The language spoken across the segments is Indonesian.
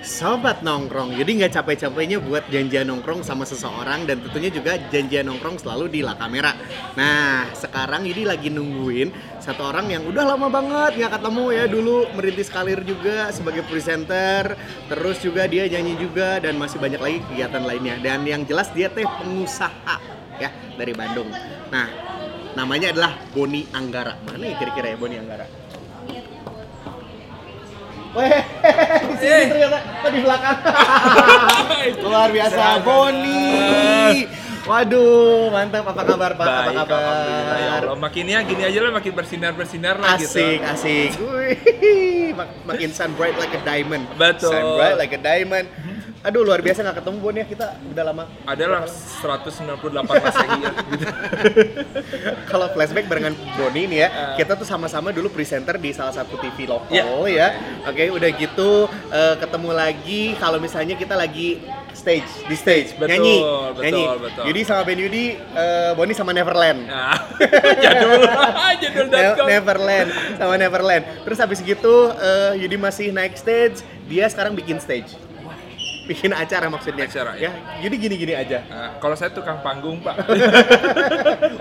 sobat nongkrong. Jadi nggak capek-capeknya buat janjian nongkrong sama seseorang dan tentunya juga janjian nongkrong selalu di La Kamera. Nah, sekarang ini lagi nungguin satu orang yang udah lama banget nggak ketemu ya dulu merintis karir juga sebagai presenter, terus juga dia nyanyi juga dan masih banyak lagi kegiatan lainnya. Dan yang jelas dia teh pengusaha ya dari Bandung. Nah, namanya adalah Boni Anggara. Mana ya kira-kira ya Boni Anggara? Weh, Eh. sini ternyata Oh, di belakang. Luar biasa, Boni. Waduh, mantap. Apa kabar Pak? Apa Baik, alhamdulillah, ya kabar? Allah. Makinnya gini aja lah, makin bersinar-bersinar lah Asik, gitu. asik. Wih, mak- Makin sun bright like a diamond. Betul. Sun bright like a diamond. Aduh, luar biasa nggak ketemu Boni ya kita udah lama. Ada lah 198 masehi ya. Gitu. Kalau flashback barengan Boni nih ya, Ah. kita tuh sama-sama dulu presenter di salah satu TV lokal Iya. ya. Oke, udah gitu eh, ketemu lagi kalau misalnya kita lagi stage di stage Betul, nyanyi betul, nyanyi. betul. Yudi sama Ben Yudi, eh, Boni sama Neverland. Nah, jadul, Ne- jadul.com. Neverland sama Neverland. Terus habis gitu eh, Yudi masih naik stage, dia sekarang bikin stage. Bikin acara maksudnya. Acara, ya. ya. Yudi gini-gini aja. Nah, kalau saya tukang panggung pak,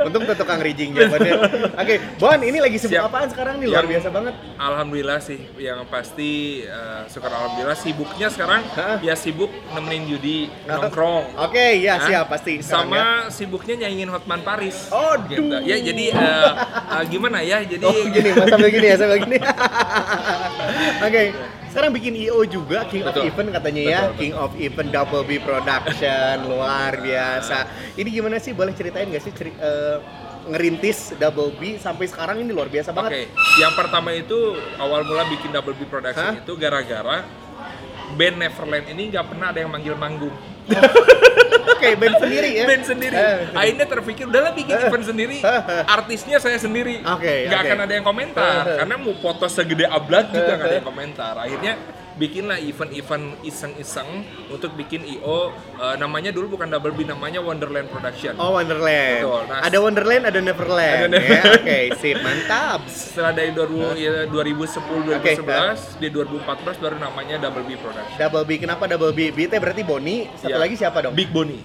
Untung tuh tukang rijing jawabannya. Oke, Bon, ini lagi sibuk Siap. apaan sekarang nih? Luar biasa Yang- banget. alhamdulillah sih yang pasti eh, syukur alhamdulillah sibuknya sekarang Hah? ya sibuk nemenin Yudi nongkrong. Oke, ya Hah? siap pasti. sekarang ya. Sama sibuknya nyanyiin Hotman Paris. Oh, Gitu. duh. Ya jadi eh, eh, gimana ya? Jadi Oh gini, mas sambil gini ya, sambil gini. Oke, sekarang bikin IO juga King of Betul. Event katanya ya, Betul, King of Event Double B Production, luar biasa. Ini gimana sih? Boleh ceritain nggak sih ceri- eh, ngerintis Double B sampai sekarang ini luar biasa Oke, banget. yang pertama itu awal mula bikin Double B Production Hah? itu gara-gara band Neverland ini nggak pernah ada yang manggil manggung. Oke, band sendiri ya. Band sendiri. Eh, Akhirnya terpikir udahlah bikin Eh. event sendiri. Eh. Artisnya saya sendiri. Oke, nggak oke. akan ada yang komentar Eh. karena mau foto segede ablag juga nggak ada Eh. yang komentar. Akhirnya bikinlah event-event iseng-iseng untuk bikin IO eh, namanya dulu bukan Double B namanya Wonderland Production. Oh Wonderland. Betul, nah. ada Wonderland, ada Neverland. ya, Ada Neverland. Oke, sip, mantap. Setelah dari 2000 ya, 2010 Eh. Oke, eh. 2011 di 2014 baru namanya Double B Production. Double B, kenapa Double B? B teh berarti Boni, satu Iya. lagi siapa dong? Big Boni.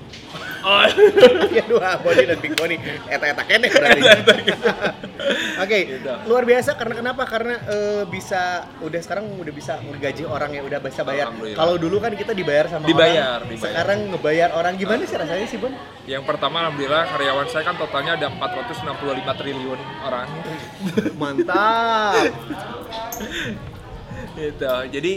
ya dua Boni dan Big Boni eta-eta kene berarti oke Gitu. luar biasa karena kenapa karena eh, bisa udah sekarang udah bisa ngegaji orang yang udah bisa bayar Alhamdulillah. kalau dulu kan kita dibayar sama Dibayar, orang dibayar. sekarang ngebayar orang gimana sih rasanya sih Bon Yang pertama alhamdulillah karyawan saya kan totalnya ada 465 triliun orang. mantap gitu. Jadi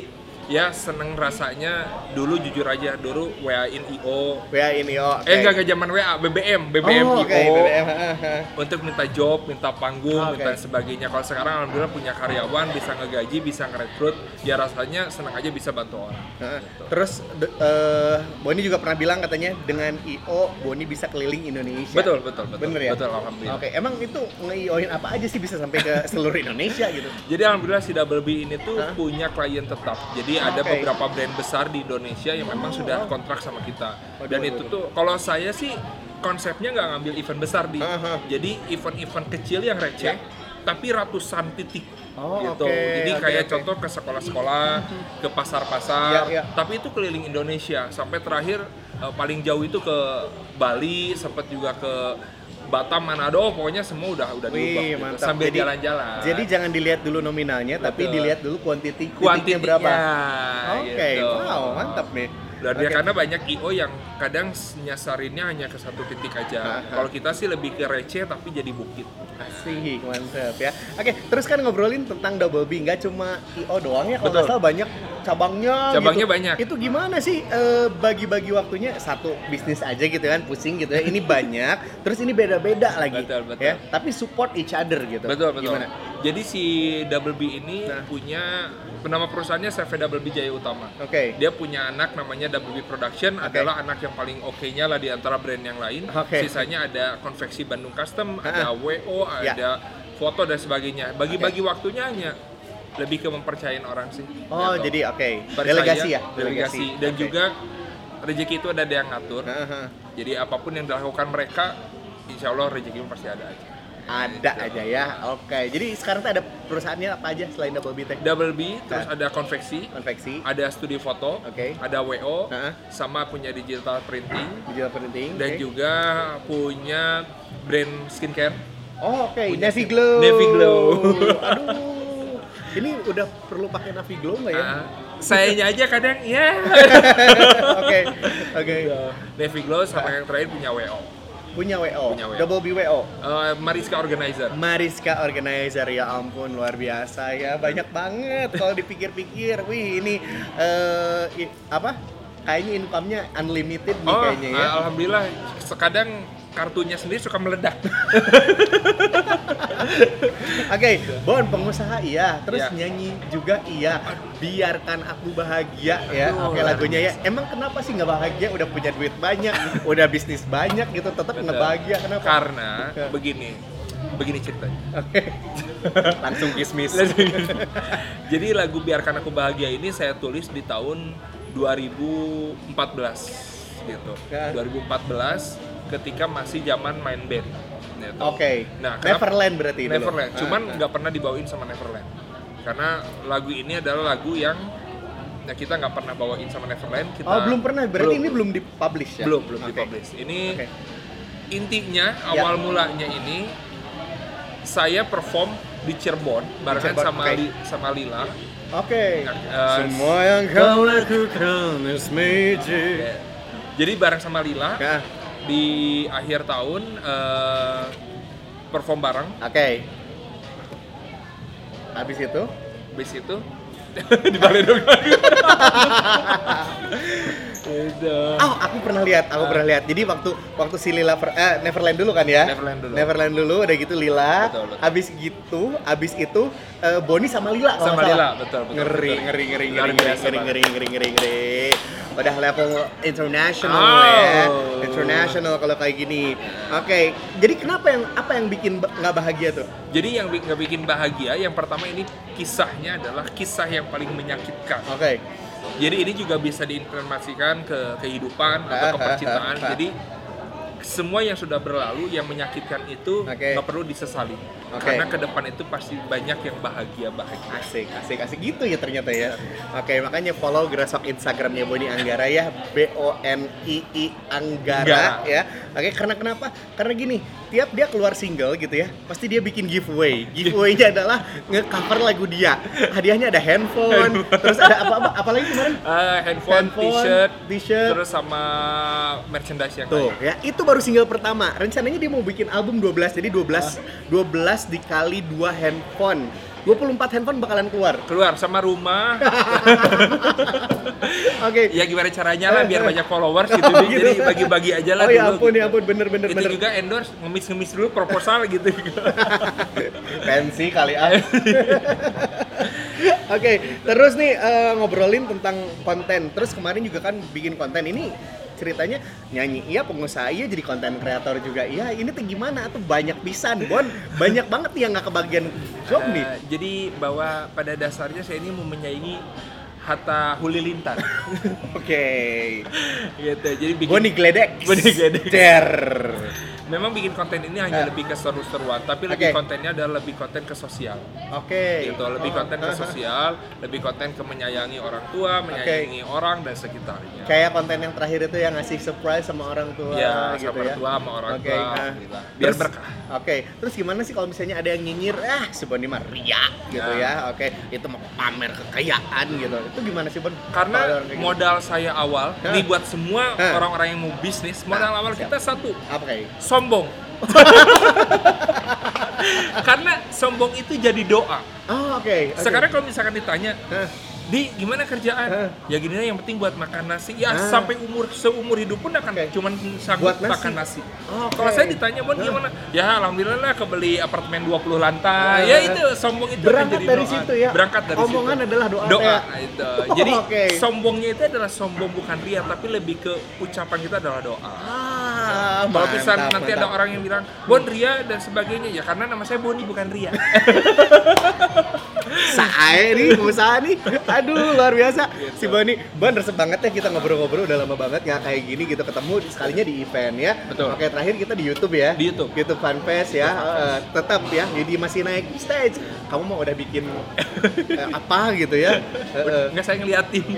ya seneng rasanya dulu jujur aja dulu WA-in IO. ya ini oh Eh enggak enggak zaman WA, BBM, BBM oh, IO. oke BBM ha, ha. Untuk minta job, minta panggung, Ah, Oke. minta sebagainya. Kalau sekarang alhamdulillah punya karyawan, bisa ngegaji, bisa ngerekrut, ya rasanya seneng aja bisa bantu orang. Ha. terus de- eh, Boni juga pernah bilang katanya dengan IO Boni bisa keliling Indonesia Betul, betul, betul. bener ya Betul, alhamdulillah. oke emang itu nge-IO-in apa aja sih bisa sampai ke seluruh Indonesia gitu Jadi alhamdulillah si Double B ini tuh Hah? Ah, punya klien tetap. Jadi ada Oke. Ah. beberapa brand besar di Indonesia yang memang sudah kontrak sama kita. Waduh, Dan waduh, itu waduh. tuh kalau saya sih konsepnya nggak ngambil event besar di. Aha. Jadi event-event kecil yang receh tapi ratusan titik. Ya. Oh, gitu. oke, Jadi oke, kayak oke. contoh ke sekolah-sekolah, ke pasar-pasar, Ya, ya. tapi itu keliling Indonesia sampai terakhir eh, paling jauh itu ke Bali, sempat juga ke Batam, Manado, pokoknya semua udah udah diubah Wih, gitu. mantap. sambil Jadi- jalan-jalan. Jadi jangan dilihat dulu nominalnya, tapi Betul. dilihat dulu kuantiti kuantitasnya titiknya berapa. Oke, Oke, wow, mantap nih. Luar biasa Oke. karena banyak IO yang kadang nyasarinnya hanya ke satu titik aja. Aha. Kalau kita sih lebih ke receh tapi jadi bukit. Asik, mantap ya. Oke, terus kan ngobrolin tentang double B, nggak cuma IO doang ya, kalau Betul. nggak salah banyak cabangnya. Cabangnya gitu. banyak. Itu gimana sih eh, bagi-bagi waktunya? Satu bisnis aja gitu kan, pusing gitu ya. Ini banyak, terus ini beda-beda lagi. Betul, betul. Ya, tapi support each other gitu. Betul, betul. Gimana? Jadi si Double B ini Nah. punya nama perusahaannya Seven Double B Jaya Utama. Oke. Dia punya anak namanya WB Production Oke. adalah anak yang paling oke-nya lah di antara brand yang lain. Oke. Sisanya ada konveksi Bandung Custom, Ha-ha. ada WO, Ya. ada foto dan sebagainya. Bagi-bagi waktunya hanya lebih ke mempercayain orang sih. Oh, Gitu. jadi oke. Percaya, Delegasi ya, delegasi, dan Oke. juga rezeki itu ada yang ngatur. Haha. Jadi apapun yang dilakukan mereka, insya Allah rezeki pasti ada aja. ada aja ya oke jadi sekarang tuh ada perusahaannya apa aja selain Double B Tech? Double B, terus Nah. ada konveksi, Konveksi, ada studi foto, Oke. ada WO, Heeh. sama punya digital printing, digital printing, oke. dan juga punya brand skincare. Oh, oke, Punya Navy sih. Glow. Navy Glow. Aduh. Ini udah perlu pakai Navy Glow nggak ya? Nah, sayanya aja kadang ya. Oke. Oke. Iya. Navy Glow sama yang terakhir punya WO. Punya WO. Punya WO. Double B WO. Eh, Mariska Organizer. Mariska Organizer ya ampun luar biasa ya banyak banget kalau dipikir-pikir. Wih ini eh i- apa? Kayaknya income-nya unlimited nih Oh, kayaknya ya. eh, alhamdulillah. Sekadang kartunya sendiri suka meledak. Oke, Bon pengusaha iya, terus Iya. nyanyi juga iya. Biarkan aku bahagia ya. Aduh, Oke luar lagunya ya. Emang kenapa sih nggak bahagia? Udah punya duit banyak, udah bisnis banyak gitu, tetap Betul. nggak bahagia. Kenapa? Karena Ya. begini, begini ceritanya. Oke. Langsung kismis. Jadi lagu Biarkan Aku Bahagia ini saya tulis di tahun 2014 gitu. Ya. 2014 ketika masih zaman main band. gitu. Oke. Nah, kenapa- Neverland berarti dulu. Neverland. Ah, Cuman Oh, ah. nggak pernah dibawain sama Neverland. Karena lagu ini adalah lagu yang ya kita nggak pernah bawain sama Neverland. Kita Oh, belum pernah. Berarti ini belum dipublish ya? belum belum Oke. dipublish. Ini Oke. intinya Ya. awal mulanya ini saya perform di Cirebon barengan Cirebon, sama oke. Ya. Li- sama Lila. Oke. Eh, Semua yang kau lakukan is magic. eh, Jadi bareng sama Lila Nah, di akhir tahun eh, perform bareng. Oke. Habis itu Habis itu di Balai dong. Itu. Oh, aku pernah lihat, aku Ah. pernah lihat. Jadi waktu waktu si Lila per- eh, Neverland dulu kan ya? Neverland dulu. Neverland dulu, udah gitu Lila. Betul, betul. Habis gitu, habis itu eh, Boni sama Lila kalau Sama nggak salah. Lila, betul, betul, Ngeri, betul. ngeri, ngeri, Luar ngeri, ngeri, biasa ngeri, banget. ngeri, ngeri, ngeri, ngeri. Udah level international Oh. ya, international kalau kayak gini. Oke, jadi kenapa yang apa yang bikin ba- nggak bahagia tuh? Jadi yang bi- nggak bikin bahagia, yang pertama ini kisahnya adalah kisah yang paling menyakitkan. Oke, Jadi ini juga bisa diinformasikan ke kehidupan Ah, atau ke percintaan. Jadi semua yang sudah berlalu yang menyakitkan itu Oke. nggak perlu disesali Oke. karena ke depan itu pasti banyak yang bahagia bahagia. asik, asik, asik gitu ya ternyata ya. Oke, makanya follow gerasok Instagramnya Boni Anggara ya, B O N I I Anggara Anggara. ya. Oke, karena kenapa? Karena gini, tiap dia keluar single gitu ya, pasti dia bikin giveaway. Giveaway-nya adalah nge-cover lagu dia. Hadiahnya ada handphone, terus ada apa-apa, apalagi kemarin? Eh, handphone, Handphone, t-shirt, t-shirt. terus sama merchandise yang Tuh, ya lain. itu baru single pertama. Rencananya dia mau bikin album 12, jadi 12 12 dikali 2 handphone. 24 handphone bakalan keluar. Keluar sama rumah, Oke. ya gimana caranya lah biar banyak followers Eh, gitu. Oh, gitu. Jadi bagi-bagi aja Oh lah ya dulu. ampun, gitu. ya ampun, bener bener Itu bener. juga endorse ngemis-ngemis dulu proposal gitu. Pensi kali ah. Oke, terus nih eh, ngobrolin tentang konten. Terus kemarin juga kan bikin konten ini ceritanya nyanyi iya pengusaha iya jadi konten kreator juga iya ini tuh gimana tuh banyak pisan bon banyak banget nih yang nggak kebagian job Eh, nih jadi bahwa pada dasarnya saya ini mau menyaingi Hatta Halilintar oke gitu. Jadi bikin Boni Gledek. Boni Gledek. Der. memang bikin konten ini Eh. hanya lebih ke seru-seruan, tapi lebih Oke. kontennya adalah lebih konten ke sosial. Oke. Gitu, lebih konten ke Oh, sosial, lebih konten ke menyayangi orang tua, menyayangi orang dan sekitarnya. Kayak konten yang terakhir itu yang ngasih surprise sama orang tua ya, gitu sama ya. tua sama orang Oke, tua. ah. alhamdulillah. Biar Terus- berkah. Oke, terus gimana sih kalau misalnya ada yang nyinyir, ah si Boni mah ria gitu ya, Nah. oke, itu mau pamer kekayaan gitu, itu gimana sih Bon? Karena Kalau orang kayak gitu. modal saya awal, Hah? ini buat semua Hah? orang-orang yang mau bisnis, modal Nah, awal siap. kita satu, apa kayak? sombong. Karena sombong itu jadi doa. Oh oke. oke. Sekarang kalau misalkan ditanya, Hah, Di, gimana kerjaan? Hah? Ya gini lah, yang penting buat makan nasi. Ya Eh. Ah. sampai umur seumur hidup pun akan Oke. cuman Buat sanggup nasi. makan nasi. Oh, oke. Kalau saya ditanya Bon Hah? gimana? Ya alhamdulillah lah kebeli apartemen 20 Ah. lantai. Ya itu sombong itu akan berangkat jadi dari doa. situ ya. Berangkat dari Omongan situ. adalah doa. Doa Teh. itu. Oh, Jadi oke. sombongnya itu adalah sombong bukan ria tapi lebih ke ucapan kita adalah doa. Ah, Kalau mantap, bisa nanti ada mantap. orang yang bilang Bon Ria dan sebagainya ya karena nama saya Boni bukan Ria. Sae nih, pengusaha nih. Aduh, luar biasa. Iya, Si Bani, Ban resep banget ya kita ngobrol-ngobrol udah lama banget nggak kayak gini gitu ketemu sekalinya di event ya. Betul. Oke, terakhir kita di YouTube ya. Di YouTube. YouTube fanpage ya. Eh, tetap ya, jadi masih naik stage. Kamu mau udah bikin eh, apa gitu ya? Eh, eh. Enggak saya ngeliatin.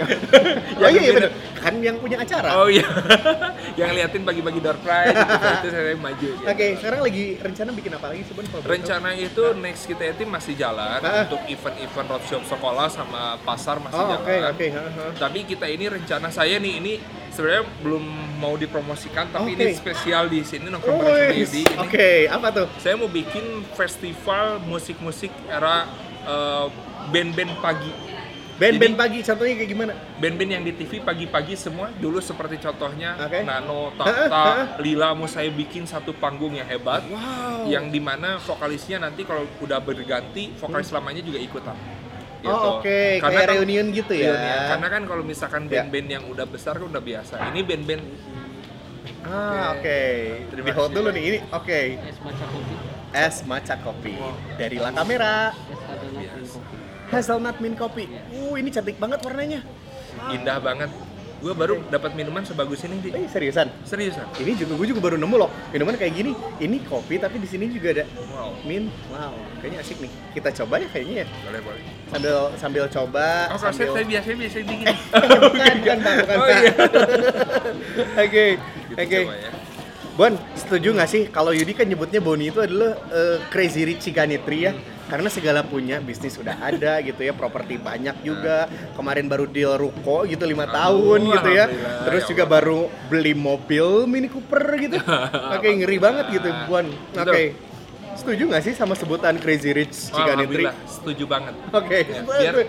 Oh iya, iya Yang bener. Kan yang punya acara. Oh iya. yang liatin bagi-bagi door prize gitu. itu saya maju gitu. Oke, sekarang lagi rencana bikin apa lagi sih, Bun? kalau boleh tahu? Rencana itu next kita itu masih jalan Ah. untuk event-event roadshow sekolah sama pasar masih Oh, jalan. oke, oke. heeh. Tapi kita ini rencana saya nih ini sebenarnya belum mau dipromosikan tapi ini Oke. spesial di sini nongkrong bareng sama Wih, Yudi. Oke, Ini apa tuh? saya mau bikin festival musik-musik era eh, band-band pagi. Band-band Jadi, pagi contohnya kayak gimana? Band-band yang di TV pagi-pagi semua dulu seperti contohnya Oke. Nano, Ha-ha, Tata, Lila mau saya bikin satu panggung yang hebat Wow. yang dimana vokalisnya nanti kalau udah berganti vokalis lamanya juga ikutan. Gitu. Hmm. Oh, oke, Karena kayak kan- reunion gitu ya. reunion. Karena kan kalau misalkan Ya. band-band yang udah besar kan udah biasa. Ini band-band Ah, oke. Terima Di hold kasih, dulu Bang. nih ini. Oke. es maca kopi Es matcha kopi Wow. dari La Camera. es kadang Biasa. kopi Hazelnut mint kopi. Uh, ini cantik banget warnanya. indah banget. Gue baru dapat minuman sebagus ini di Eh, seriusan. seriusan. Ini juga gue juga baru nemu loh. Minuman kayak gini. Ini kopi tapi di sini juga ada Wow, mint. Wow, kayaknya asik nih. Kita coba ya kayaknya ya. boleh boleh. Sambil sambil coba, Oh, kalau saya, sambil Eh. saya biasanya biasanya begini. bukan, bukan, Pak, bukan, Oh, Pak. iya. Oke, Gitu oke. coba ya. Bon, setuju nggak sih kalau Yudi kan nyebutnya Boni itu adalah eh, Crazy Rich Ciganitri ya? Hmm. Karena segala punya, bisnis sudah ada gitu ya, properti banyak juga. Kemarin baru deal ruko gitu lima Hmm. Aduh, tahun gitu ya. alhamdulillah, Terus ya juga Allah. baru beli mobil Mini Cooper gitu. Oke, ngeri banget gitu, Bon. Oke. Betul. Setuju nggak sih sama sebutan Crazy Rich Oh, Ciganitri? Alhamdulillah, setuju banget. Oke. Ya, biar eh, Biar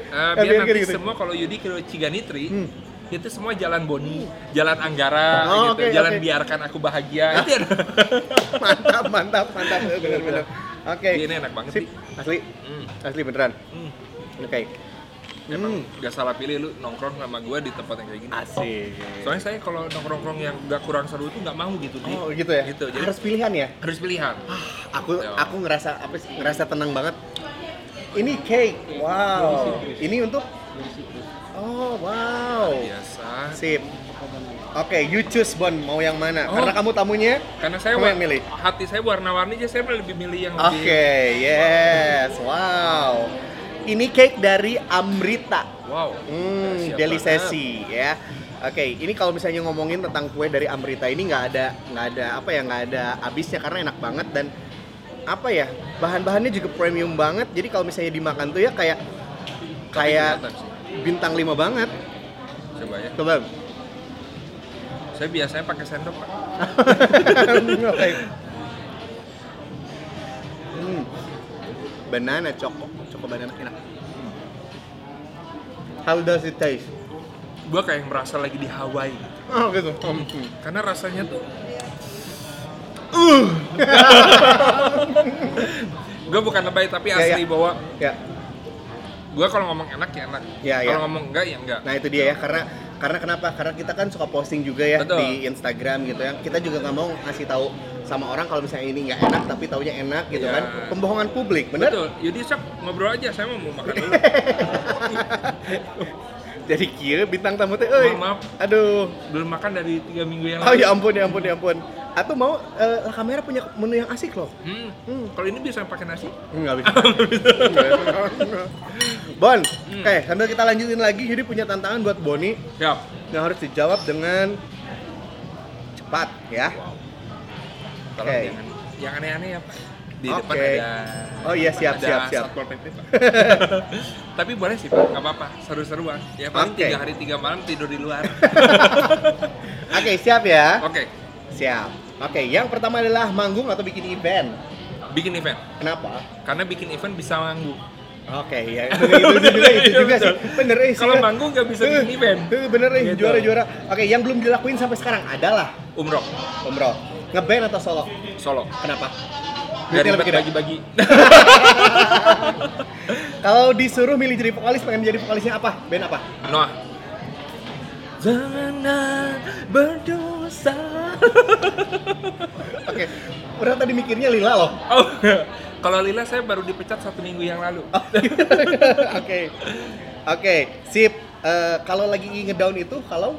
biar nanti kayak gitu. semua kalau Yudi ke Ciganitri Hmm. itu semua jalan Boni, jalan Anggara, Oh, gitu, oke, jalan oke. biarkan aku bahagia. Itu ya. ada. mantap mantap mantap benar-benar oke Iya, Ini enak banget Sip. sih. asli Hmm, asli beneran hmm. oke Emang hmm. gak salah pilih lu nongkrong sama gue di tempat yang kayak gini. asik Soalnya saya kalau nongkrong-nongkrong yang gak kurang seru itu nggak mau gitu Di. oh gitu ya Gitu. Jadi harus pilihan ya harus pilihan. aku Ya. aku ngerasa apa sih ngerasa tenang banget ini cake wow ini untuk berisi terus oh wow Biasa. sip oke you choose bon mau yang mana Oh. karena kamu tamunya Karena saya Kamu war- yang milih? hati saya warna-warni jadi saya lebih milih yang oke lebih yes wow ini cake dari Amrita wow. Hmm, Siap deli banget. sesi ya. Oke, ini kalau misalnya ngomongin tentang kue dari Amrita ini nggak ada nggak ada apa ya nggak ada habisnya karena enak banget dan apa ya bahan-bahannya juga premium banget. Jadi kalau misalnya dimakan tuh ya kayak Tapi kayak kelihatan sih. bintang 5 banget. coba ya. Coba. Saya biasanya pakai sendok, Pak. Oke. Hmm. Banana coko, coko banana enak. How does it taste? Gue kayak merasa lagi di Hawaii. Oh gitu. Hmm. Karena rasanya tuh Uh. gue bukan lebay tapi Ya, asli ya. bahwa Ya. gue kalau ngomong enak ya enak Ya, ya. kalau ngomong enggak ya enggak Nah itu dia ya karena karena kenapa? Karena kita kan suka posting juga ya Betul. di Instagram gitu ya. Kita juga nggak mau ngasih tahu sama orang kalau misalnya ini nggak enak tapi taunya enak gitu Iya. kan. Pembohongan publik, bener? betul Yudi sok ngobrol aja saya mau makan dulu Jadi kira bintang tamu teh, "Euy, Maaf, maaf. aduh, belum makan dari tiga minggu yang oh ya ampun ya ampun ya ampun. Atau mau eh, La kamera punya menu yang asik loh? Hmm. Hmm. Kalau ini bisa pakai nasi? Nggak bisa. bon, oke sambil kita lanjutin lagi, jadi punya tantangan buat Boni Ya. yang harus dijawab dengan cepat ya. Tolong Oke. jangan yang aneh-aneh ya, Pak. Di Oke. depan ada Oh iya, siap, ada siap, siap. Satpol PP, Pak. Tapi boleh sih, Pak. Enggak apa-apa. Seru-seruan. Ya paling Oke. tiga hari tiga malam tidur di luar. Oke siap ya. Oke. Siap. Oke, yang pertama adalah manggung atau bikin event. Bikin event. Kenapa? Karena bikin event bisa manggung. Oke, ya itu juga, itu juga sih. Bener eh, sih. iya, Kalau manggung nggak bisa bikin event. Eh, bener eh, Gitu. juara-juara. Oke, yang belum dilakuin sampai sekarang adalah Umroh Umroh. Ngeband atau solo? Solo. Kenapa? Dari Duitnya lebih gede. bagi-bagi. Kalau disuruh milih jadi vokalis, pengen jadi vokalisnya apa? Band apa? Noah. Jangan berdosa. Oke, udah tadi mikirnya Lila loh. Oh, Kalau Lila saya baru dipecat satu minggu yang lalu. Oh. Oke. Oke, sip. Eh, kalau lagi ngedown itu kalau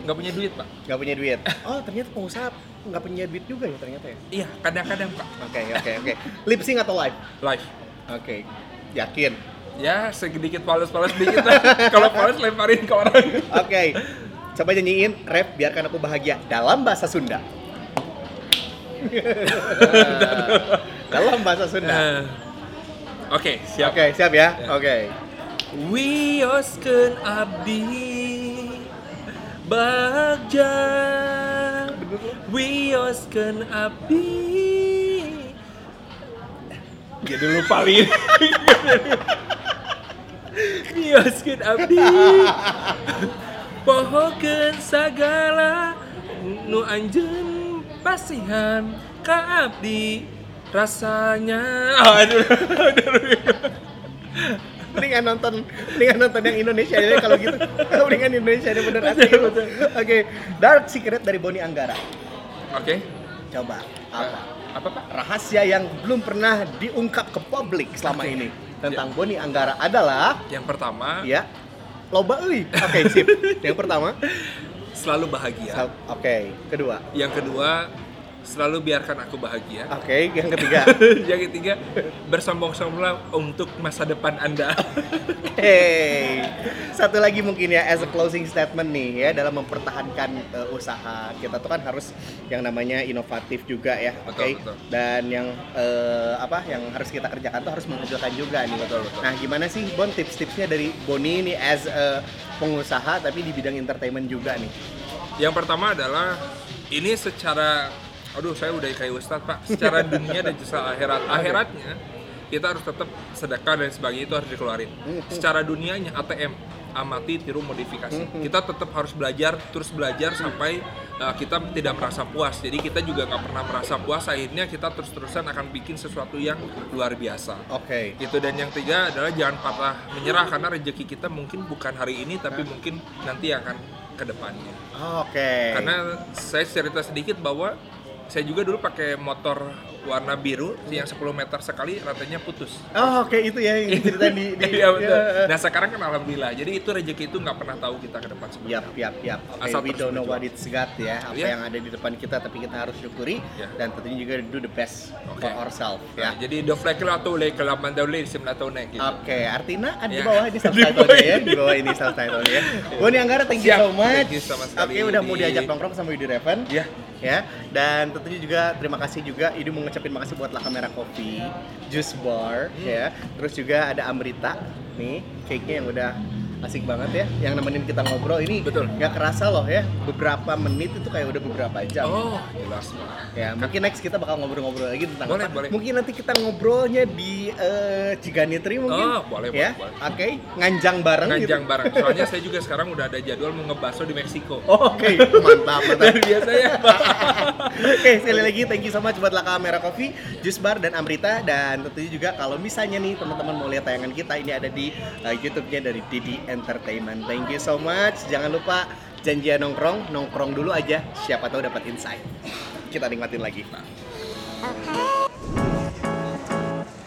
Nggak punya duit pak. nggak punya duit. Oh, ternyata pengusaha nggak punya duit juga ya ternyata ya. Iya kadang-kadang pak. Oke, oke, oke. Lip sync atau live? Live. Oke. Yakin. Ya sedikit palos-palos dikit lah. Kalau palos lemparin ke orang. Oke. Coba nyanyiin rap biarkan aku bahagia dalam bahasa Sunda. dalam bahasa Sunda. Eh, Oke siap. Oke, siap ya. Oke. Wioskeun abdi bagja Wioskeun abdi Jadi lupa lin Wioskeun abdi Pohokeun sagala nu anjeun pasihan ka abdi rasanya Oh, aduh Mendingan nonton, mendingan nonton yang Indonesia ya kalau gitu. Mendingan Indonesia ini bener asli. Oke, Dark Secret dari Boni Anggara. oke Coba apa? apa pak Rahasia yang belum pernah diungkap ke publik selama Oke. ini tentang Boni Anggara adalah yang pertama ya loba euy. Oke, sip. Yang pertama, selalu bahagia. sal- oke, kedua. Yang kedua, selalu biarkan aku bahagia. Oke, yang ketiga. yang ketiga, bersombong-sombonglah untuk masa depan Anda. Hey, satu lagi mungkin ya as a closing statement nih ya dalam mempertahankan eh, usaha kita tuh kan harus yang namanya inovatif juga ya, oke? Betul, betul. Dan yang eh, apa yang harus kita kerjakan tuh harus menghasilkan juga nih. Betul, betul. Nah, gimana sih Bon tips-tipsnya dari Boni ini as a pengusaha tapi di bidang entertainment juga nih? yang pertama adalah ini secara aduh saya udah kayak ustadz Pak, secara dunia dan justru akhirat. Akhiratnya kita harus tetap sedekah dan sebagainya itu harus dikeluarin. Secara dunianya ATM amati tiru modifikasi kita tetap harus belajar terus belajar sampai uh, kita tidak merasa puas jadi kita juga nggak pernah merasa puas akhirnya kita terus terusan akan bikin sesuatu yang luar biasa Oke. itu dan yang tiga adalah jangan patah menyerah karena rezeki kita mungkin bukan hari ini tapi mungkin nanti akan ke depannya Oke. karena saya cerita sedikit bahwa saya juga dulu pakai motor warna biru yang 10 meter sekali ratanya putus Oh, oke itu ya yang cerita di, di Iya, betul. ya. nah sekarang kan alhamdulillah jadi itu rezeki itu nggak pernah tahu kita ke depan sebenarnya Yap, yap, yap. Oke, Asal we terus don't know what berjuang. it's got ya. Apa Iya. yang ada di depan kita, tapi kita harus syukuri Iya. dan tentunya juga do the best Oke. for ourselves Nah, ya. jadi the flag atau le kelaman daule sembilan tahun naik gitu. Oke, artinya ada di Iya. bawah ini subtitle ya, di bawah ini subtitle ya. Boni Anggara, thank you so Siap, much. thank you sama Oke, sekali udah mau di- diajak nongkrong sama Yudi Reven. Iya. Ya, dan tentunya juga terima kasih juga Yudi mau ngucapin makasih buat La Kamera Kopi, Juice Bar Hmm. ya. Terus juga ada Amrita nih, cake-nya yang udah asik banget ya yang nemenin kita ngobrol ini Betul. nggak kerasa loh ya beberapa menit itu kayak udah beberapa jam oh jelas banget Ya, mungkin next kita bakal ngobrol-ngobrol lagi tentang Boleh, apa. boleh. Mungkin nanti kita ngobrolnya di eh, Ciganitri mungkin. Oh, boleh, ya? boleh, boleh. Oke, nganjang bareng Nganjang gitu. bareng. Soalnya saya juga sekarang udah ada jadwal mau ngebaso di Meksiko. Oh, Oke, mantap, mantap. Dan biasanya Oke, sekali lagi thank you so much buat Laka Merah Coffee, Juice Bar dan Amrita dan tentunya juga kalau misalnya nih teman-teman mau lihat tayangan kita ini ada di eh, YouTube-nya dari Didi Entertainment. Thank you so much. Jangan lupa janjian nongkrong, nongkrong dulu aja. Siapa tahu dapat insight. Kita nikmatin lagi.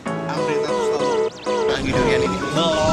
Amrita tuh selalu nangis durian ini. Belum.